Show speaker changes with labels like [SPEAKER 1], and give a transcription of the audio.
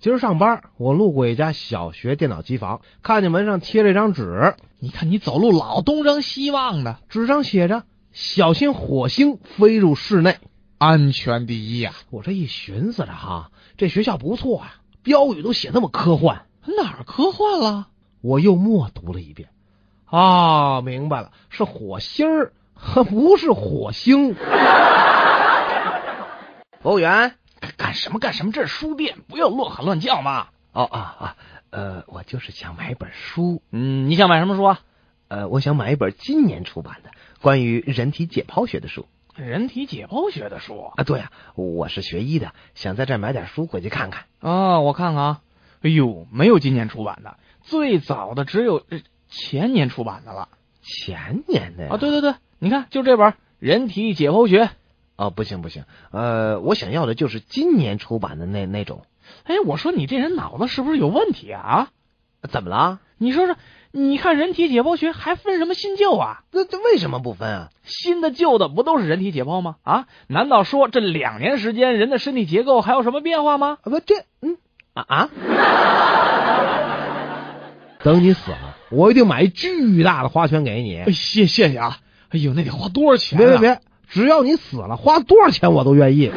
[SPEAKER 1] 今儿上班，我路过一家小学电脑机房，看见门上贴着一张纸，
[SPEAKER 2] 你看你走路老东张西望的，
[SPEAKER 1] 纸上写着“小心火星飞入室内
[SPEAKER 2] 安全第一呀、”。
[SPEAKER 1] 我这一寻思着哈，这学校不错啊，标语都写那么科幻，
[SPEAKER 2] 哪儿科幻了？
[SPEAKER 1] 我又默读了一遍。啊，明白了，是火星儿， 不是火星。 服务员，
[SPEAKER 2] 干干什么干什么？这是书店，不要乱喊乱叫嘛。
[SPEAKER 1] 哦啊啊，呃，我就是想买一本书，
[SPEAKER 2] 嗯，你想买什么书啊？
[SPEAKER 1] 呃，我想买一本今年出版的关于人体解剖学的书
[SPEAKER 2] 人体解剖学的书
[SPEAKER 1] 啊。对呀、我是学医的，想在这儿买点书回去看看。
[SPEAKER 2] 啊，我看看啊。哎呦，没有今年出版的，最早的只有呃前年出版的了。
[SPEAKER 1] 前年的呀
[SPEAKER 2] 啊，对对对，你看，就这本《人体解剖学》。
[SPEAKER 1] 哦，不行不行，呃，我想要的就是今年出版的那那种。
[SPEAKER 2] 哎，我说你这人脑子是不是有问题啊？啊，
[SPEAKER 1] 怎么了？
[SPEAKER 2] 你说说，你看人体解剖学还分什么新旧啊？
[SPEAKER 1] 那这为什么不分啊？
[SPEAKER 2] 新的旧的不都是人体解剖吗？啊，难道说这两年时间人的身体结构还有什么变化吗？
[SPEAKER 1] 啊不，这嗯啊啊！ 等你死了，我一定买一巨大的花圈给你。
[SPEAKER 2] 哎谢谢谢哎啊！哎呦，那得花多少钱
[SPEAKER 1] 别别别，只要你死了，花多少钱我都愿意。